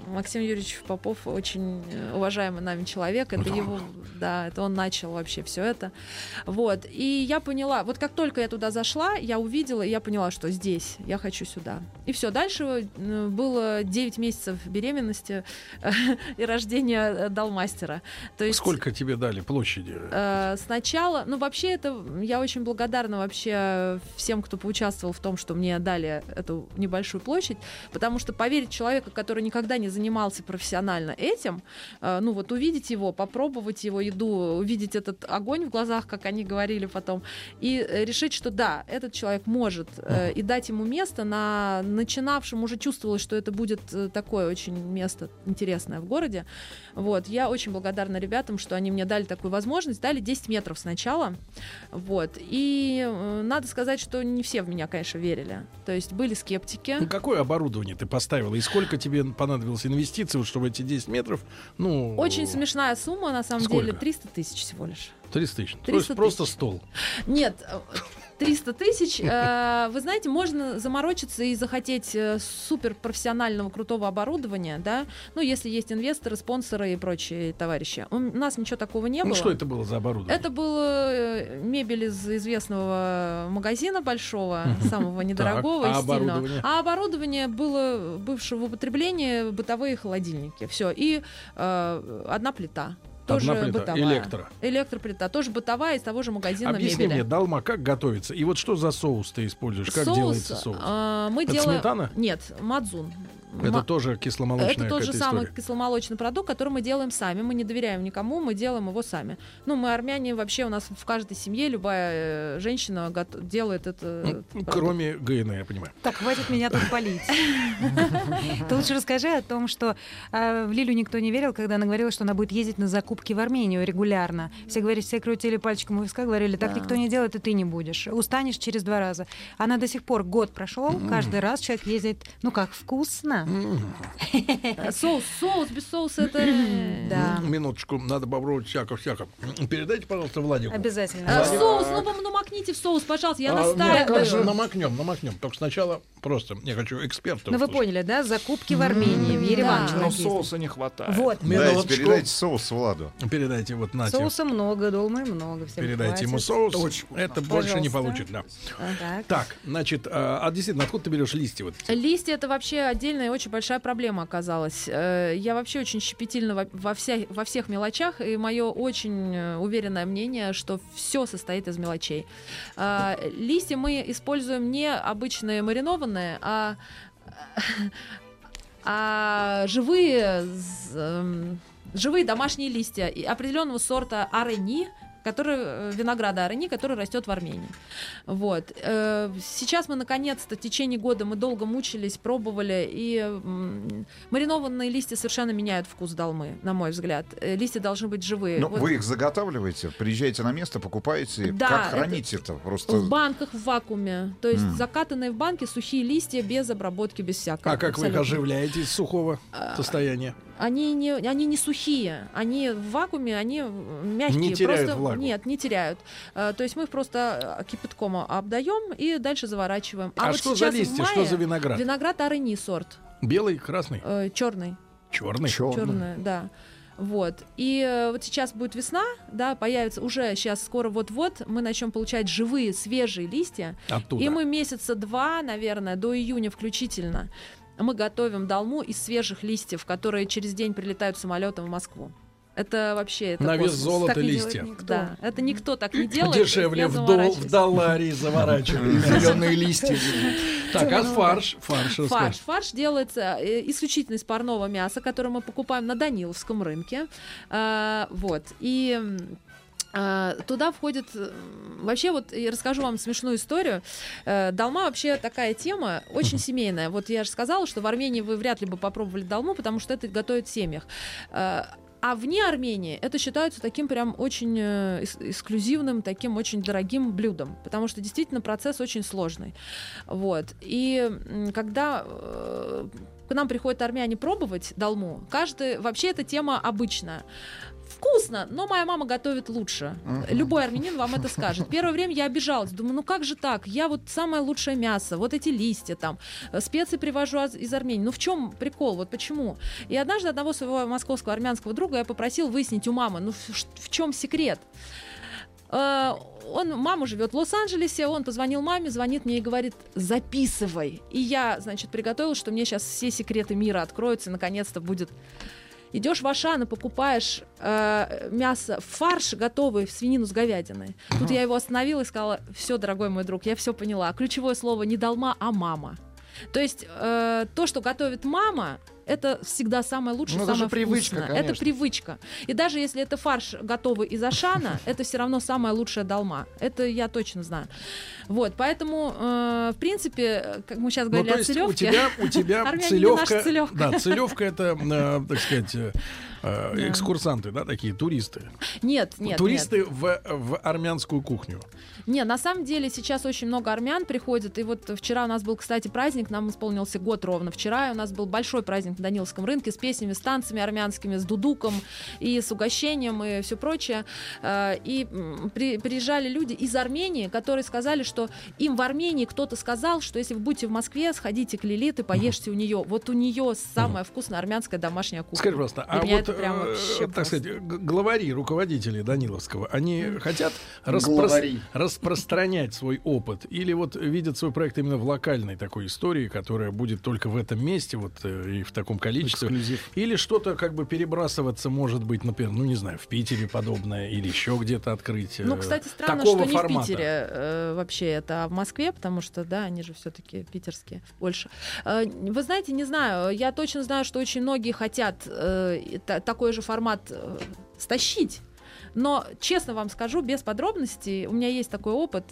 S4: Максим Юрьевич Попов очень э, уважаемый нами человек. Это его, да, это он начал вообще все это. Вот. И я поняла, вот как только я туда зашла, я увидела, и я поняла, что здесь, я хочу сюда. И все. Дальше э, было 9 месяцев беременности э, и рождения э, Далмастера. То есть,
S2: Сколько тебе дали площади?
S4: Э, сначала, ну вообще это я очень благодарна вообще всем, кто поучаствовал в том, что мне дали эту небольшую площадь, потому что поверить человека, который никогда не занимался профессионально этим, э, ну вот увидеть его, попробовать его еду, увидеть этот огонь в глазах, как они говорили потом, и э, решить, что да, этот человек может, э, и дать ему место на начинавшем уже чувствовалось, что это будет э, такое очень место интересное в городе. Вот, я очень благодарна ребятам, что они мне дали такую возможность. Дали 10 метров сначала. Вот. И э, надо сказать, что не все в меня, конечно, верили. То есть были скептики.
S2: Ну, какое оборудование ты поставила и сколько тебе понадобилось инвестиций, вот, чтобы эти 10 метров, ну...
S4: Очень смешная сумма, на самом
S2: Сколько?
S4: деле, 300 тысяч всего лишь.
S2: 300 тысяч. То
S4: 300
S2: есть просто
S4: тысяч.
S2: стол.
S4: Нет, э, 300 тысяч. э, Вы знаете, можно заморочиться и захотеть супер профессионального крутого оборудования, да? Ну, если есть инвесторы, спонсоры и прочие товарищи. У нас ничего такого не
S2: ну
S4: было.
S2: что это было за оборудование?
S4: Это было э, мебель из известного магазина большого, самого недорогого и
S2: а
S4: стильного.
S2: оборудование?
S4: А оборудование было бывшего в употреблении бытовые холодильники. Все. И э, одна плита. Тоже
S2: Одна плита.
S4: бытовая.
S2: Электро.
S4: Электроплита. Тоже бытовая из того же магазина
S2: Объясни
S4: мебели.
S2: мне, долма, как готовится? И вот что за соус ты используешь? Как
S4: соус,
S2: делается соус?
S4: а, мы
S2: Это
S4: делаем...
S2: сметана?
S4: Нет, мадзун.
S2: Это
S4: Ма-
S2: тоже кисломолочная
S4: это тот же
S2: какая-то
S4: самый
S2: история.
S4: кисломолочный продукт, который мы делаем сами. Мы не доверяем никому, мы делаем его сами. Ну, мы армяне вообще у нас в каждой семье любая э, женщина гото- делает это.
S2: Ну, Кроме ГН, я понимаю.
S5: Так, хватит меня тут палить. Ты лучше расскажи о том, что э, в Лилю никто не верил, когда она говорила, что она будет ездить на закупки в Армению регулярно. Все говорили, все крутили пальчиком у виска, говорили, так
S4: Да.
S5: никто не делает, и ты не будешь. Устанешь через два раза. Она до сих пор год прошел, каждый раз человек ездит, ну как, вкусно.
S4: Э, Соус, соус, без соуса это... э,
S5: Да,
S2: М, Минуточку, надо попробовать всяко-всяко. М, Передайте, пожалуйста, Владику.
S4: Э,
S5: обязательно.
S4: Соус, ну, вам намокните в соус, пожалуйста, я
S2: А, нет,
S4: настаиваю.
S2: как же, намокнем, намокнем. Только сначала просто, я хочу эксперта.
S5: Ну вы
S2: услышать.
S5: поняли, да? Закупки в Армении, в
S4: да.
S5: Ереван
S6: Но
S5: человек ездит.
S6: соуса не хватает.
S5: Вот.
S3: Дайте,
S2: Минуточку.
S3: передайте соус Владу.
S2: Передайте вот Нате.
S5: Соуса много, долмы много. всем
S2: Передайте ему
S5: хватит.
S2: соус. Это больше не
S5: Пожалуйста.
S2: получит, да.
S5: Так.
S2: Так, значит, а, а действительно, откуда ты берешь листья? Вот? эти?
S4: Листья это вообще отдельная и очень большая проблема оказалась. Э, Я вообще очень щепетильна во, во вся- во всех мелочах, и мое очень э, уверенное мнение, что все состоит из мелочей. Э, Листья мы используем не обычные маринованные, а, а живые, з- эм, живые домашние листья и определенного сорта арени, который, э, винограда арени, который растет в Армении. Вот. Э, Сейчас мы наконец-то в течение года мы долго мучились, пробовали, и м, маринованные листья совершенно меняют вкус долмы, на мой взгляд. Э, Листья должны быть живые.
S3: Ну,
S4: Вот
S3: вы их заготавливаете, приезжаете на место, покупаете.
S4: Да,
S3: как
S4: это-
S3: храните это? Просто...
S4: В банках в вакууме. То есть
S3: М.
S4: закатанные в банке сухие листья без обработки, без всякого.
S2: А как вы их
S4: Абсолютно.
S2: оживляете из сухого
S4: А,
S2: состояния?
S4: Они не, они не сухие, они в вакууме, они э, мягкие.
S2: Не теряют
S4: просто,
S2: влагу.
S4: Нет, не теряют. Э, то есть мы их просто э, кипятком обдаем и дальше заворачиваем.
S2: А,
S4: вот
S2: что за
S4: сейчас в
S2: листья,
S4: мае
S2: что за виноград?
S4: Виноград арени сорт,
S2: Белый, красный,
S4: черный,
S2: черный.
S4: черный, да. Вот. И э, вот сейчас будет весна, да, появится уже сейчас скоро вот-вот мы начнем получать живые, свежие листья.
S2: Оттуда.
S4: И мы месяца два, наверное, до июня включительно, мы готовим долму из свежих листьев, которые через день прилетают самолетом в Москву. Это вообще это
S2: На вес
S4: космос.
S2: золота
S5: Так не делает
S2: листья.
S5: никто.
S4: Да, это никто так не делает.
S2: Дешевле
S4: я
S2: в, дол-
S4: заморачиваюсь.
S2: в долларе заворачиваем.
S6: Зеленые листья.
S2: Так, а фарш? Фарш,
S4: Фарш.
S2: расскажи.
S4: Фарш делается э, исключительно из парного мяса, которое мы покупаем на Даниловском рынке. А, Вот. И м, а, туда входит... э, Вообще, вот я расскажу вам смешную историю. Э, Долма вообще такая тема, очень семейная. Вот я же сказала, что в Армении вы вряд ли бы попробовали долму, потому что это готовят в семьях. Э, А вне Армении это считается таким прям очень э, эс- эксклюзивным, таким очень дорогим блюдом, потому что действительно процесс очень сложный. Вот. И м, когда э, к нам приходят армяне пробовать долму, каждый... Вообще эта тема обычная. Вкусно, но моя мама готовит лучше. Любой армянин вам это скажет. Первое время я обижалась, думаю, ну как же так? Я вот самое лучшее мясо, вот эти листья там, э, специи привожу аз- из Армении. Ну в чем прикол? Вот почему? И однажды одного своего московского армянского друга я попросил выяснить у мамы, ну в, ш- в чем секрет? Э, он, мама живет в Лос-Анджелесе, он позвонил маме, звонит мне и говорит, записывай. И я, значит, приготовила, что мне сейчас все секреты мира откроются, и наконец-то будет. Идешь в Ашана, покупаешь э, мясо, фарш готовый, в свинину с говядиной. Тут я его остановила и сказала, все, дорогой мой друг, я все поняла. Ключевое слово не долма, а мама. То есть э, то, что готовит мама, это всегда самое лучшее,
S6: Ну, это же
S4: самое
S6: привычка,
S4: вкусное. Это
S6: конечно.
S4: привычка. И даже если это фарш готовый из Ашана, это все равно самая лучшая долма. Это я точно знаю. Вот, поэтому, э, в принципе, как мы сейчас
S2: Ну,
S4: говорили
S2: то
S4: о
S2: есть у
S4: целевке,
S2: тебя, у тебя
S4: Армяне не
S2: целевка,
S4: наша целевка.
S2: да, целевка это, э, так сказать, э, э, экскурсанты, да, такие туристы.
S4: нет, нет, нет.
S2: туристы В, в армянскую кухню.
S4: Не, на самом деле сейчас очень много армян приходит. И вот вчера у нас был, кстати, праздник, нам исполнился год ровно. Вчера и у нас был большой праздник на Даниловском рынке с песнями, с танцами армянскими, с дудуком и с угощением и все прочее. Э, И м, при- приезжали люди из Армении, которые сказали, что им в Армении кто-то сказал, что если вы будете в Москве, сходите к Лилит и поешьте у нее. Вот у нее самая вкусная армянская домашняя кухня.
S2: Скажи, пожалуйста,
S4: Для
S2: а
S4: меня
S2: вот,
S4: это прям
S2: э,
S4: вообще
S2: так
S4: просто.
S2: сказать, г- главари, руководители Даниловского, они хотят распро-
S6: Главари.
S2: распространять свой опыт или вот видят свой проект именно в локальной такой истории, которая будет только в этом месте вот э, и в таком количестве?
S6: Эксклюзив.
S2: Или что-то как бы перебрасываться, может быть, например, ну не знаю, в Питере подобное или еще где-то открыть? э,
S4: Ну, кстати, странно,
S2: такого
S4: что не
S2: формата? А
S4: в Питере э, вообще это, а в Москве, потому что, да, они же все-таки питерские больше. Э, вы знаете, не знаю, я точно знаю, что очень многие хотят э, и та- такой же формат э, стащить. Но, честно вам скажу, без подробностей, у меня есть такой опыт,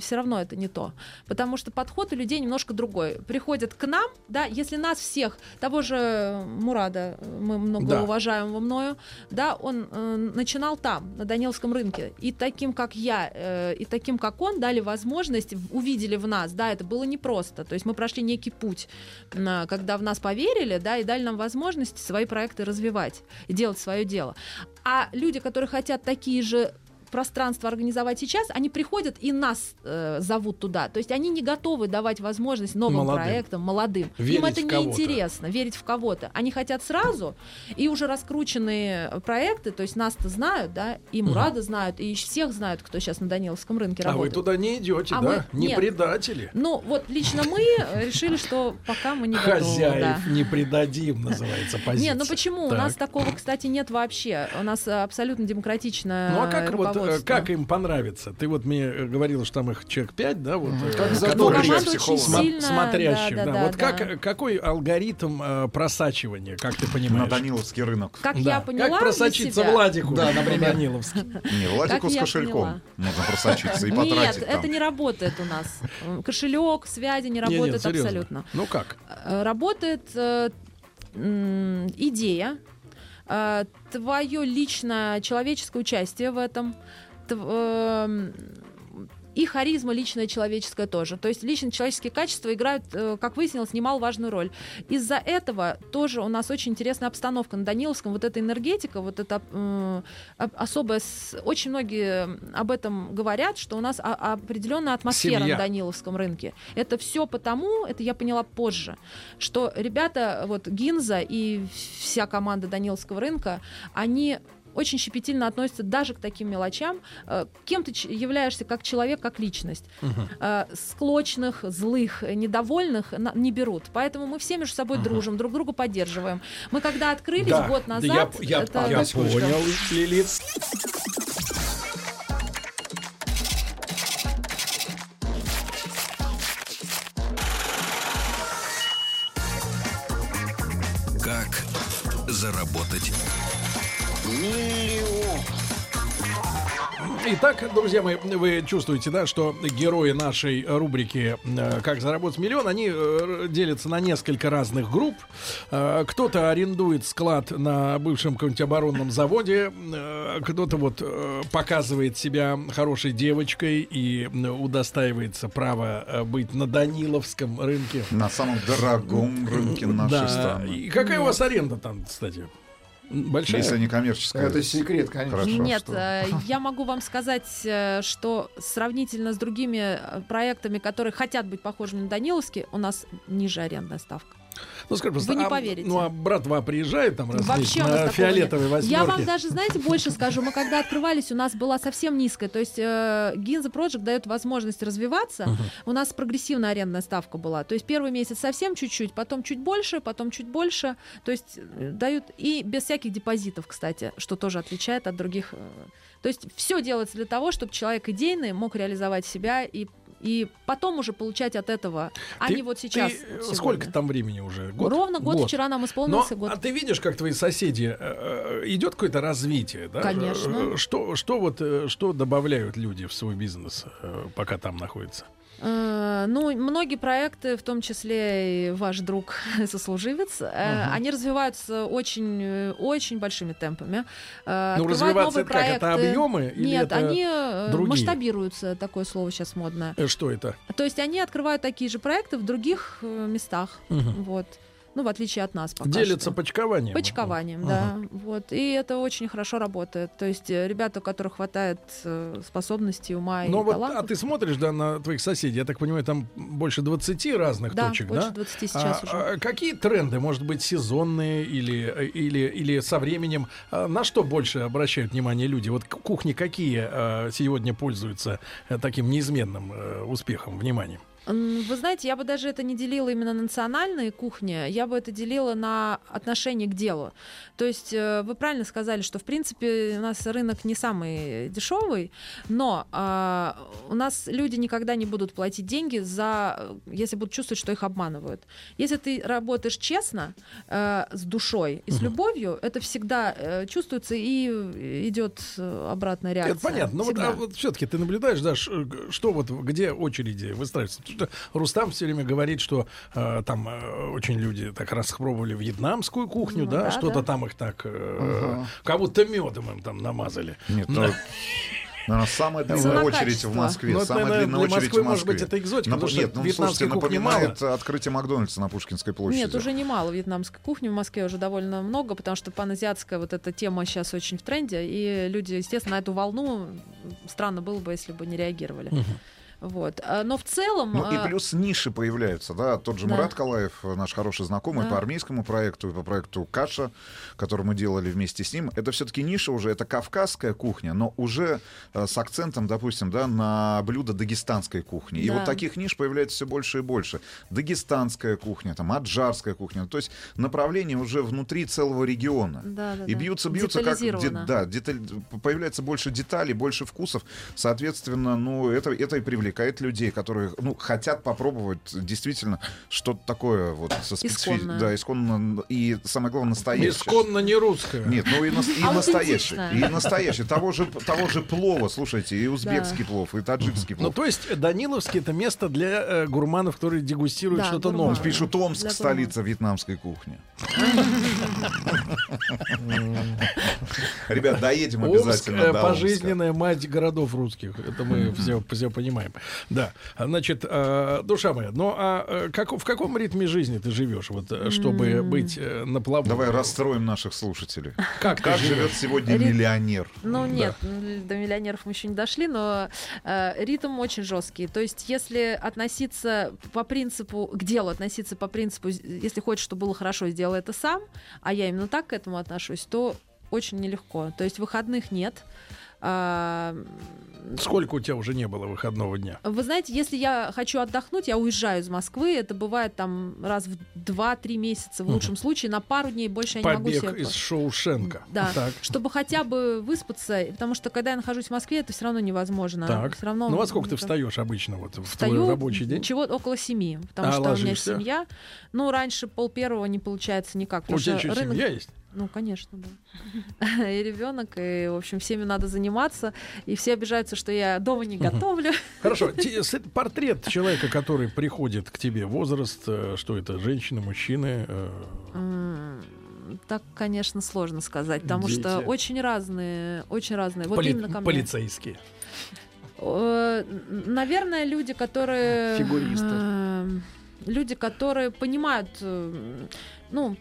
S4: все равно это не то. Потому что подход у людей немножко другой. Приходят к нам, да, если нас всех, того же Мурада, э, мы много
S2: Да.
S4: уважаемого мною, да, он э, начинал там, на Даниловском рынке. И таким, как я, э, и таким, как он, дали возможность, в- увидели в нас, да, это было непросто. То есть мы прошли некий путь, на- когда в нас поверили, да, и дали нам возможность свои проекты развивать и делать свое дело. А люди, которые хотят такие же пространство организовать сейчас, они приходят и нас э, зовут туда. То есть они не готовы давать возможность новым
S2: Молодым.
S4: проектам, молодым.
S2: Верить
S4: Им это
S2: в кого-то.
S4: неинтересно, верить в кого-то. Они хотят сразу, и уже раскрученные проекты, то есть нас-то знают, да, и Мурада знают, и всех знают, кто сейчас на Даниловском рынке
S2: А вы
S4: работает.
S2: туда не идете,
S4: А
S2: да?
S4: мы-
S2: Не
S4: нет.
S2: предатели.
S4: Ну, вот лично мы э, решили, что пока мы не готовы. да.
S2: Хозяев не предадим, называется позиция.
S4: Не, ну почему? У
S2: Так.
S4: нас такого, кстати, нет вообще. У нас э, абсолютно демократичное
S2: Ну а как вот э,
S4: руководство. Ну,
S2: как им понравится? Ты вот мне э, говорила, что там их человек 5, да, вот э,
S6: Как за
S2: которые
S4: Ну,
S6: Добрый
S4: команда
S6: человек,
S4: очень
S6: психолог.
S2: сма-
S4: сильно,
S2: смотрящих, да,
S4: да, да,
S2: вот
S4: да.
S2: как э, какой алгоритм э, просачивания, как ты
S3: На
S2: понимаешь?
S3: Даниловский рынок.
S4: Как
S2: Да.
S4: я поняла,
S2: как
S4: для
S2: просочиться
S4: себя-
S2: Владику
S6: Да,
S2: на
S6: например.
S2: Даниловский?
S3: Не, Владику
S4: Как
S3: с
S4: я
S3: кошельком
S4: поняла.
S3: можно просочиться и
S4: Нет,
S3: потратить
S4: это
S3: там.
S4: не работает у нас. М, Кошелек, связи не
S2: Не, нет,
S4: работает
S2: серьезно.
S4: абсолютно.
S2: Ну как?
S4: Э, Работает э, м, идея, э, твое личное человеческое участие в этом, тв- эм, и харизма личная человеческая тоже. То есть личные человеческие качества играют, э, как выяснилось, немаловажную роль. Из-за этого тоже у нас очень интересная обстановка на Даниловском. Вот эта энергетика, вот это м, об- особая... с- Очень многие об этом говорят, что у нас а- определенная атмосфера
S2: Семья.
S4: на Даниловском рынке. Это все потому, это я поняла позже, что ребята, вот Гинза и вся команда Даниловского рынка, они очень щепетильно относятся даже к таким мелочам. Э, Кем ты ч- являешься как человек, как личность? Э, Склочных, злых, э, недовольных на- не берут. Поэтому мы все между собой дружим, друг друга поддерживаем. Мы когда открылись
S2: Да,
S4: год
S2: да,
S4: назад...
S2: я, я-
S4: это-
S2: я понял, Лилит.
S1: Как заработать?
S2: Итак, друзья мои, вы чувствуете, да, что герои нашей рубрики э, «Как заработать миллион», они э, делятся на несколько разных групп. Э, Кто-то арендует склад на бывшем каком-нибудь оборонном заводе, э, кто-то вот э, показывает себя хорошей девочкой и э, удостаивается права э, быть на Даниловском рынке.
S3: На самом дорогом рынке нашей страны.
S2: И какая у вас аренда там, кстати? Большая?
S3: Если не коммерческая.
S6: Это секрет, конечно.
S3: Хорошо,
S4: Нет,
S3: что-
S4: э, я могу вам сказать, э, что сравнительно с другими э, проектами, которые хотят быть похожими на Даниловский, у нас ниже арендная ставка.
S2: Ну, скажи, просто,
S4: Вы не
S2: а,
S4: поверите.
S2: ну, а братва приезжает там раз в месяц
S4: Вообще у нас
S2: на
S4: такого
S2: фиолетовой
S4: нет.
S2: восьмерке.
S4: Я вам даже, знаете, больше скажу. Мы когда открывались, у нас была совсем низкая. То есть э, Ginza Project дает возможность развиваться. У нас прогрессивная арендная ставка была. То есть первый месяц совсем чуть-чуть, потом чуть больше, потом чуть больше. То есть э, дают и без всяких депозитов, кстати, что тоже отличает от других. э. То есть все делается для того, чтобы человек идейный мог реализовать себя и и потом уже получать от этого, а
S2: Ты-
S4: не вот сейчас.
S2: ты, э,
S4: сегодня.
S2: сколько там времени уже? Год?
S4: Ровно год, вчера нам
S2: Но,
S4: исполнился год.
S2: а ты видишь, как твои соседи э, э, идет какое-то развитие, да?
S4: Конечно.
S2: Э, Что, что вот, э, что добавляют люди в свой бизнес, э, пока там находятся?
S4: Э, Ну, многие проекты, в том числе и ваш друг сослуживец, э, они развиваются очень, э, очень большими темпами. Э,
S2: ну
S4: открывают
S2: развиваться
S4: новые
S2: это как? Это
S4: проекты.
S2: объемы или
S4: э, Нет,
S2: это
S4: они э,
S2: другие?
S4: масштабируются, такое слово сейчас модное.
S2: э, что это?
S4: То есть они открывают такие же проекты в других э, местах.
S2: Мгм.
S4: Вот. ну, в отличие от нас пока
S2: Делятся
S4: что.
S2: почкованием.
S4: Почкованием, да. Вот. И это очень хорошо работает. То есть э, ребята, у которых хватает э, способностей, ума
S2: Но
S4: и
S2: вот, а
S4: талантов.
S2: ты смотришь, да, на твоих соседей, я так понимаю, там больше 20 разных
S4: да,
S2: точек,
S4: больше
S2: да?
S4: 20 сейчас
S2: А,
S4: уже.
S2: а какие тренды, может быть, сезонные или, или, или со временем, а, на что больше обращают внимание люди? Вот к- кухни какие а, сегодня пользуются э, таким неизменным э, успехом, вниманием?
S4: М, Вы знаете, я бы даже это не делила именно на национальные кухни, я бы это делила на отношение к делу. То есть э, вы правильно сказали, что в принципе у нас рынок не самый дешевый, но а, у нас люди никогда не будут платить деньги за, э, если будут чувствовать, что их обманывают. Если ты работаешь честно, э, с душой и с любовью, это всегда э, чувствуется и идет э, обратная реакция.
S2: Это понятно. Но вот, а
S4: Всегда.
S2: все-таки ты наблюдаешь, да, ш- г- что вот в- где очереди выстраиваются. Потому что Рустам все время говорит, что э, там э, очень люди так распробовали вьетнамскую кухню,
S4: Ну
S2: да,
S4: да,
S2: что-то
S4: да.
S2: там их так, э, как будто медом им там намазали.
S3: Нет,
S2: Да.
S3: ну, наверное, самая длинная
S4: Цена
S3: очередь
S4: качества.
S3: в Москве.
S2: Ну, это,
S3: самая
S2: наверное,
S3: длинная
S2: для
S3: очередь
S2: Москвы,
S3: в Москве.
S2: может быть, это экзотика,
S3: Напо-
S2: потому что
S3: Нет, ну,
S2: вьетнамской
S3: слушайте,
S2: кухни
S3: напоминает э, открытие Макдональдса на Пушкинской площади.
S4: Нет, уже немало вьетнамской кухни в Москве уже довольно много, потому что паназиатская вот эта тема сейчас очень в тренде, и люди, естественно, на эту волну странно было бы, если бы не реагировали. Вот. А, Но в целом...
S3: Ну и
S4: а,
S3: плюс ниши появляются, да, тот же
S4: Да.
S3: Мурат Калаев, э, наш хороший знакомый
S4: Да.
S3: по армейскому проекту и по проекту Каша, который мы делали вместе с ним, это все-таки ниша уже, это кавказская кухня, но уже э, с акцентом, допустим, да, на блюдо дагестанской кухни. И
S4: Да.
S3: вот таких ниш появляется все больше и больше. Дагестанская кухня, там аджарская кухня, то есть направление уже внутри целого региона.
S4: Да, да,
S3: И
S4: да.
S3: бьются, бьются, как де-
S4: Детализировано.
S3: да, деталь, появляется больше деталей, больше вкусов. Соответственно, ну, это, это и привлекает людей, которые ну, хотят попробовать действительно что-то такое вот со специфи-
S4: Исконное.
S3: Да, исконно. И самое главное, настоящее.
S2: Исконно не русская.
S3: Нет, ну и, нас- и настоящий.
S4: Аутентичное.
S3: И настоящий. Того же, того же плова, слушайте, и узбекский плов, и таджикский
S2: Ну,
S3: плов.
S2: то есть Даниловский это место для э, гурманов, которые дегустируют
S4: Да,
S2: что-то
S4: гурманы.
S2: новое.
S4: Ну,
S3: Пишут Омск,
S4: для
S3: столица вьетнамской кухни. Ребят, доедем
S2: Омск,
S3: обязательно.
S2: э,
S3: до Омска.
S2: пожизненная мать городов русских. Это мы все, все понимаем. Да. Значит, э, душа моя, ну а э, как, в каком ритме жизни ты живешь, вот, э, чтобы быть э, на плаву?
S3: Давай расстроим наших слушателей.
S2: Как ты
S3: Как
S2: живешь?
S3: живет сегодня
S4: Рит-
S3: миллионер?
S4: Ну нет, м, до миллионеров мы еще не дошли, но э, ритм очень жесткий. То есть, если относиться по принципу к делу, относиться по принципу, з- если хочешь, чтобы было хорошо, сделай это сам, а я именно так к этому отношусь, то очень нелегко. То есть выходных нет. А,
S2: Сколько у тебя уже не было выходного дня?
S4: Вы знаете, если я хочу отдохнуть, я уезжаю из Москвы. Это бывает там раз в 2-3 месяца в лучшем случае. На пару дней больше я не могу
S2: Побег
S4: себе
S2: из Шоушенка.
S4: да,
S2: Так.
S4: чтобы хотя бы выспаться, и потому что когда я нахожусь в Москве, это все равно невозможно.
S2: Так.
S4: Все равно.
S2: ну, во сколько ты
S4: это-
S2: встаешь обычно вот, в
S4: Встаю
S2: твой рабочий день?
S4: Чего около семи, потому
S2: А,
S4: что у меня есть
S2: ложишься?
S4: семья. Ну, раньше пол первого не получается никак.
S2: У
S4: потому
S2: тебя
S4: что
S2: что,
S4: рынок-
S2: семья есть?
S4: Ну, конечно, да. И ребенок, и, в общем, всеми надо заниматься. И все обижаются, что я дома не готовлю.
S2: Хорошо, те- с- портрет человека, который приходит к тебе, возраст, э, что это, женщины, мужчины, э,
S4: М, Так, конечно, сложно сказать, потому что
S2: Дети.
S4: очень разные, очень разные. Вот
S2: поли-
S4: именно ко мне.
S2: полицейские.
S4: Э, н- Наверное, люди, которые...
S6: Фигуристы.
S4: э, Люди, которые понимают, э, ну,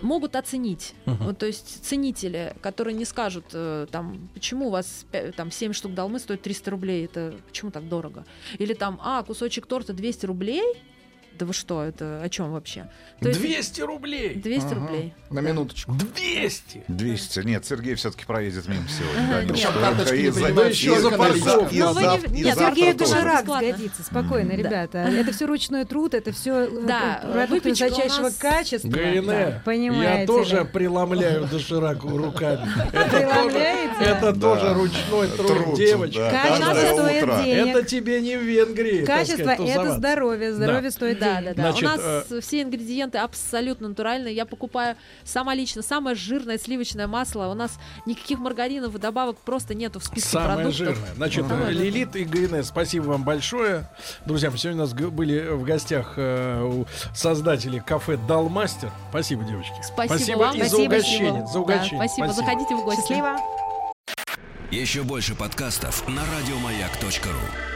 S4: могут оценить.
S2: Мгм.
S4: Вот, то есть ценители, которые не скажут, э, там, почему у вас пя- там 7 штук долмы стоит 300 рублей, это почему так дорого? Или там, а, кусочек торта 200 рублей? Да вы что, это о чем вообще? То есть
S2: 200 рублей!
S4: 200
S6: Ага.
S4: рублей.
S6: На минуточку.
S2: 200!
S3: 200. Нет, Сергей все-таки проедет мимо сегодня. Данил.
S4: Нет.
S3: Что
S6: Там карточки
S3: это?
S6: не
S3: И за-
S6: принимают,
S3: и
S2: еще
S3: за-
S2: за
S3: и
S2: парковку.
S3: и
S4: Ну, вы не-
S3: зав- и
S4: нет,
S3: завтра
S4: Сергей
S5: Сергею
S3: тоже.
S4: Душарак.
S5: Доширак
S4: Бесплатно.
S5: сгодится, спокойно,
S4: Да.
S5: ребята. Это все ручной труд, это все
S4: Да,
S5: продукты
S4: выпечка у
S5: высочайшего
S4: нас-
S5: качества.
S2: ГНЭ,
S5: Да, Понимаете?
S2: я
S5: ли?
S2: тоже преломляю дошираку руками. Это тоже,
S5: Преломляете?
S2: это
S3: Да.
S2: тоже ручной труд,
S3: Труд,
S2: девочка.
S3: да,
S5: Качество
S3: каждое
S5: стоит
S3: утро.
S5: денег.
S2: Это тебе не в Венгрии. так
S5: Качество
S2: сказать,
S5: это
S2: тусоваться.
S5: здоровье. Здоровье стоит
S4: Да, да,
S5: денег.
S4: да.
S2: Значит, э,
S4: У нас э, все ингредиенты абсолютно натуральные. Я покупаю сама лично самое жирное сливочное масло. У нас никаких маргаринов и добавок просто нету в списке
S2: Самое
S4: продуктов.
S2: жирное. Значит, э,
S4: Да.
S2: Лилит и ГН, спасибо вам большое. Друзья, мы сегодня у нас г- были в гостях э, у создателей кафе Далмастер. Спасибо, девочки.
S4: Спасибо, вам.
S2: и за
S4: Спасибо.
S2: угощение. За
S4: Да,
S2: угощение.
S4: спасибо. Заходите в гости.
S5: Счастливо.
S1: Еще больше подкастов на радиомаяк.ру.